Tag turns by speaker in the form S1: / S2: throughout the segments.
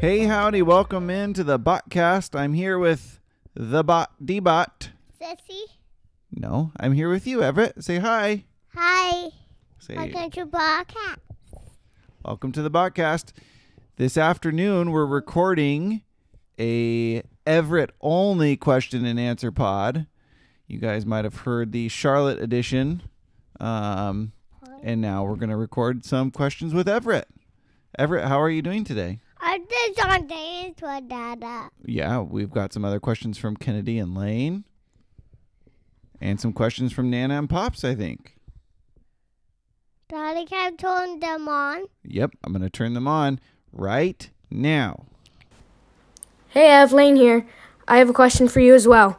S1: Hey, howdy, welcome into the botcast. I'm here with the bot, D-bot.
S2: Sissy.
S1: No, I'm here with you, Everett. Say hi.
S2: Hi.
S1: Say
S2: Welcome to Bobcat.
S1: welcome to the botcast. This afternoon, we're recording a Everett only question and answer pod. You guys might have heard the Charlotte edition. Um, and now we're going to record some questions with Everett. Everett, how are you doing today?
S2: I just on dance with Dada.
S1: yeah, we've got some other questions from Kennedy and Lane. And some questions from Nana and Pops, I think.
S2: Daddy can turn them on.
S1: Yep, I'm going to turn them on right now.
S3: Hey, Evelyn here. I have a question for you as well.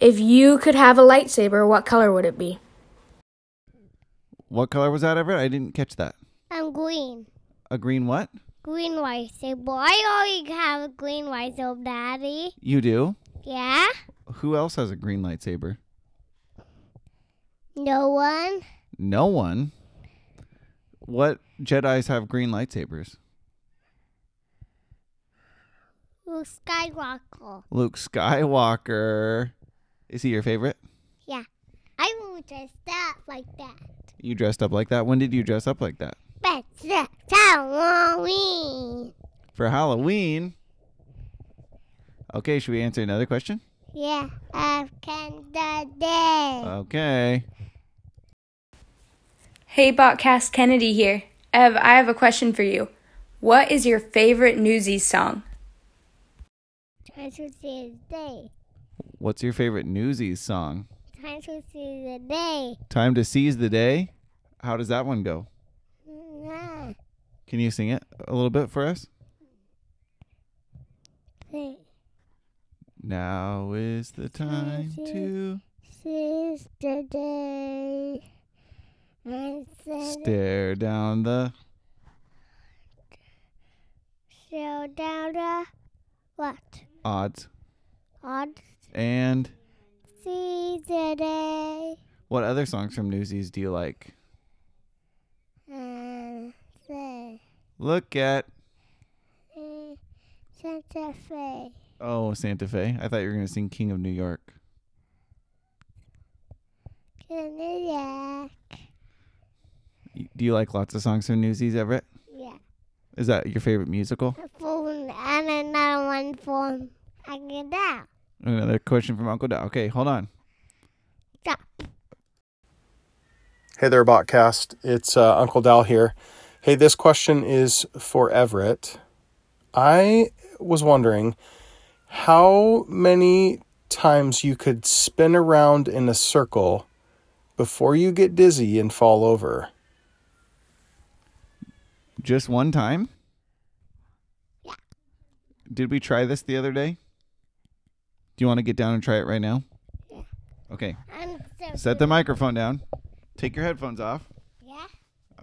S3: If you could have a lightsaber, what color would it be?
S1: What color was that, Everett? I didn't catch that.
S2: I'm green.
S1: A green what?
S2: Green lightsaber. I already have a green lightsaber, Daddy.
S1: You do?
S2: Yeah?
S1: Who else has a green lightsaber?
S2: No one?
S1: No one. What Jedi's have green lightsabers?
S2: Luke Skywalker.
S1: Luke Skywalker. Is he your favorite?
S2: Yeah. I will just stop like that.
S1: You dressed up like that. When did you dress up like that?
S2: But that's Halloween.
S1: for Halloween. Okay, should we answer another question?
S2: Yeah. I can the day.
S1: Uh. Okay.
S4: Hey, Botcast Kennedy here. Ev, I have a question for you. What is your favorite Newsies song?
S2: Time to see the day.
S1: What's your favorite Newsies song?
S2: Time to see the day.
S1: Time to Seize the Day? How does that one go?
S2: Yeah.
S1: Can you sing it a little bit for us?
S2: Say-
S1: Now is the time to
S2: Seize the day and set it
S1: stare down the.
S2: show down the what?
S1: Odds.
S2: On
S1: And
S2: see the day
S1: what other songs from Newsies do you like?
S2: and say
S1: Look at.
S2: eh, Santa Fe.
S1: Oh, Santa Fe. I thought you were going to sing King of New York.
S2: Yeah.
S1: Y- Do you like lots of songs from Newsies, Everett?
S2: Yeah.
S1: Is that your favorite musical?
S2: A phone and another one from I get out.
S1: Another question from Uncle Dal. Okay, hold on.
S2: Stop.
S5: Hey there, Botcast. It's uh, Uncle Dal here. Hey, this question is for Everett. I was wondering how many times you could spin around in a circle before you get dizzy and fall over.
S1: Just one time?
S2: Yeah.
S1: Did we try this the other day? Do you want to get down and try it right now?
S2: Yeah.
S1: Okay.
S2: I'm so
S1: Set the microphone down. Take your headphones off.
S2: Yeah.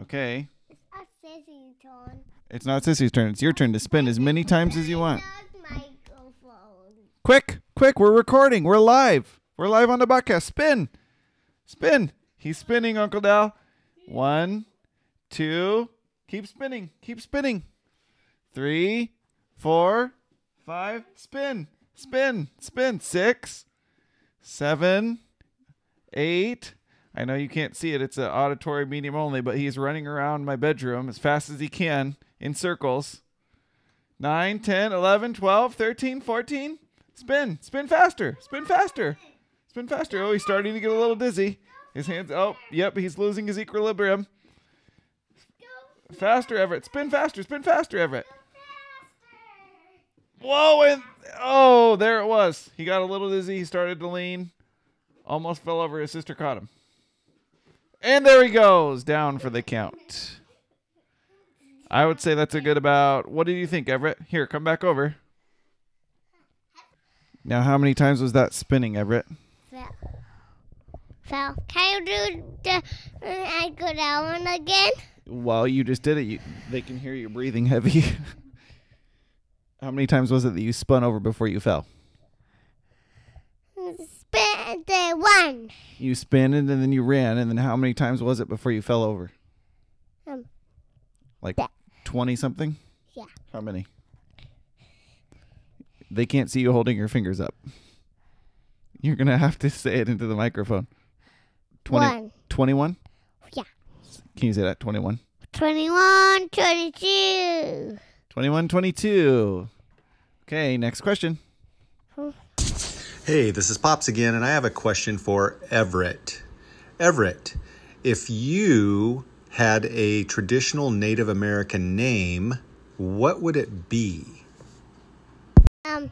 S1: Okay.
S2: It's a sissy tone.
S1: It's not Sissy's turn. It's your turn to spin as many times as you want.
S2: microphone.
S1: Quick, quick, we're recording. We're live. We're live on the podcast. Spin. Spin. He's spinning, Uncle Dal. One, two, keep spinning, keep spinning. Three, four, five, spin, spin, spin. Six, seven, eight. I know you can't see it, it's an auditory medium only, but he's running around my bedroom as fast as he can in circles. 9, 10, 11, 12, 13, 14. Spin. Spin faster. Spin faster. Spin faster. Oh, he's starting to get a little dizzy. His hands. Oh, yep. He's losing his equilibrium. Faster, Everett. Spin faster. Spin faster, Everett. Whoa. And, oh, there it was. He got a little dizzy. He started to lean. Almost fell over. His sister caught him. And there he goes. Down for the count. I would say that's a good about. What do you think, Everett? Here, come back over. Now, how many times was that spinning, Everett?
S2: Fell. Fell. Can you do the uh, I go down one again?
S1: Well, you just did it. You, they can hear you breathing heavy. how many times was it that you spun over before you fell?
S2: Spin the one.
S1: You spun and then you ran, and then how many times was it before you fell over?
S2: Um,
S1: Like
S2: that.
S1: 20 something?
S2: Yeah.
S1: How many? They can't see you holding your fingers up. You're going to have to say it into the microphone. 20,
S2: One.
S1: 21?
S2: Yeah.
S1: Can you say that? 21?
S2: 21, 22.
S1: 21, 22. Okay, next question.
S6: Hey, this is Pops again, and I have a question for Everett. Everett, if you had a traditional Native American name, what would it be?
S2: Um,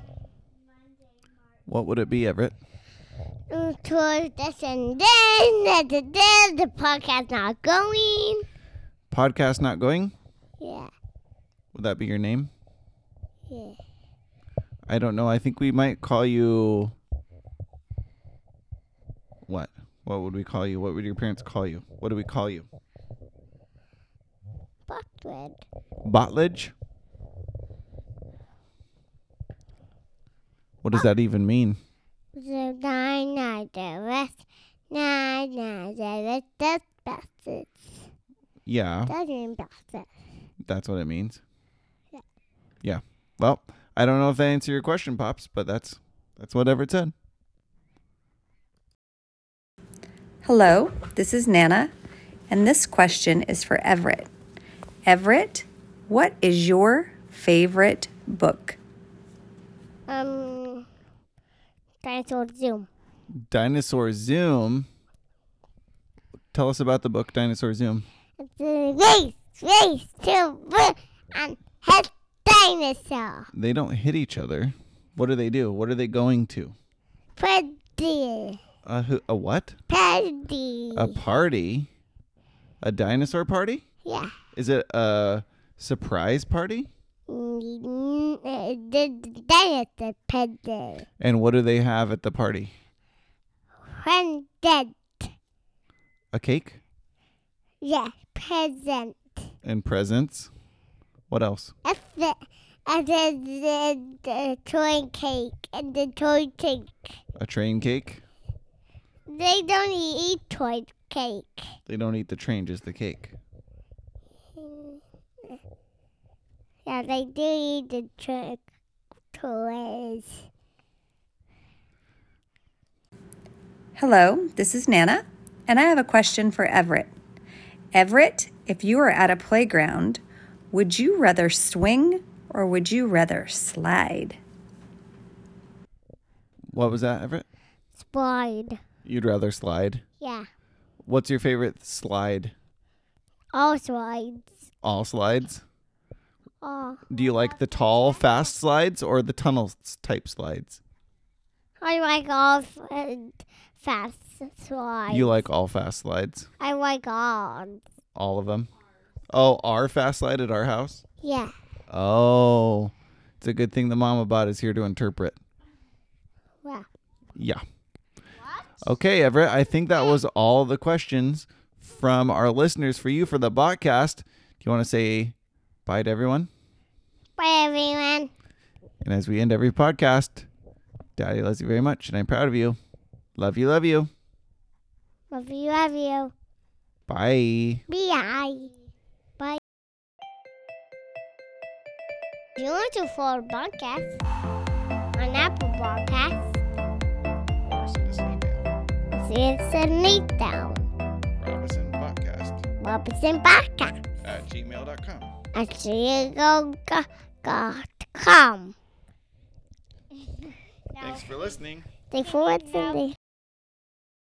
S1: What would it be, Everett?
S2: mm, towards this and then, that the then the podcast not going.
S1: Podcast not going?
S2: Yeah.
S1: Would that be your name?
S2: Yeah.
S1: I don't know. I think we might call you. What? What would we call you? What would your parents call you? What do we call you?
S2: But red.
S1: Botledge? What does that even mean?
S2: The nine, nine, the rest. Nine, nine, the rest. That's best.
S1: Yeah,
S2: Doesn't best.
S1: that's what it means. Yeah. Well, I don't know if that answered your question, Pops, but that's that's what Everett said.
S7: Hello, this is Nana, and this question is for Everett. Everett, what is your favorite book?
S2: Um, dinosaur zoom.
S1: Dinosaur Zoom. Tell us about the book Dinosaur Zoom.
S2: The race, race to win and head dinosaur.
S1: They don't hit each other. What do they do? What are they going to?
S2: Pretty,
S1: A who, a what?
S2: pretty.
S1: A party? A dinosaur party?
S2: Yeah.
S1: Is it a surprise party?
S2: Mm, uh, The dinosaur pretty.
S1: And what do they have at the party?
S2: When dead.
S1: A cake
S2: Yeah, present.
S1: and presents. What else?
S2: That's the, that's the, the, the toy cake and the toy cake.
S1: A train cake.
S2: They don't eat toy cake.
S1: They don't eat the train, just the cake.
S2: Yeah, they do eat the trick toys.
S7: Hello, this is Nana, and I have a question for Everett. Everett, if you were at a playground, would you rather swing or would you rather slide?
S1: What was that, Everett?
S2: Slide.
S1: You'd rather slide.
S2: Yeah.
S1: What's your favorite slide?
S2: All slides.
S1: All slides?
S2: Oh,
S1: Do you like the tall, fast slides or the tunnel s- type slides?
S2: I like all f- fast slides.
S1: You like all fast slides?
S2: I like all.
S1: All of them? Oh, our fast slide at our house?
S2: Yeah.
S1: Oh, it's a good thing the mama bot is here to interpret.
S2: Wow.
S1: Yeah. Okay, Everett, I think that was all the questions from our listeners for you for the podcast. Do you want to say bye to everyone?
S2: Bye, everyone.
S1: And as we end every podcast, Daddy loves you very much, and I'm proud of you. Love you, love you.
S2: Love you, love you.
S1: Bye.
S2: Bye. Bye. If you want to follow podcast on Apple Podcasts, it's a neat down.
S1: Robinson Podcast
S2: Robinson Podcast.
S1: at gmail.com.
S2: at chicago.com.
S1: Thanks for listening.
S2: Thanks for listening.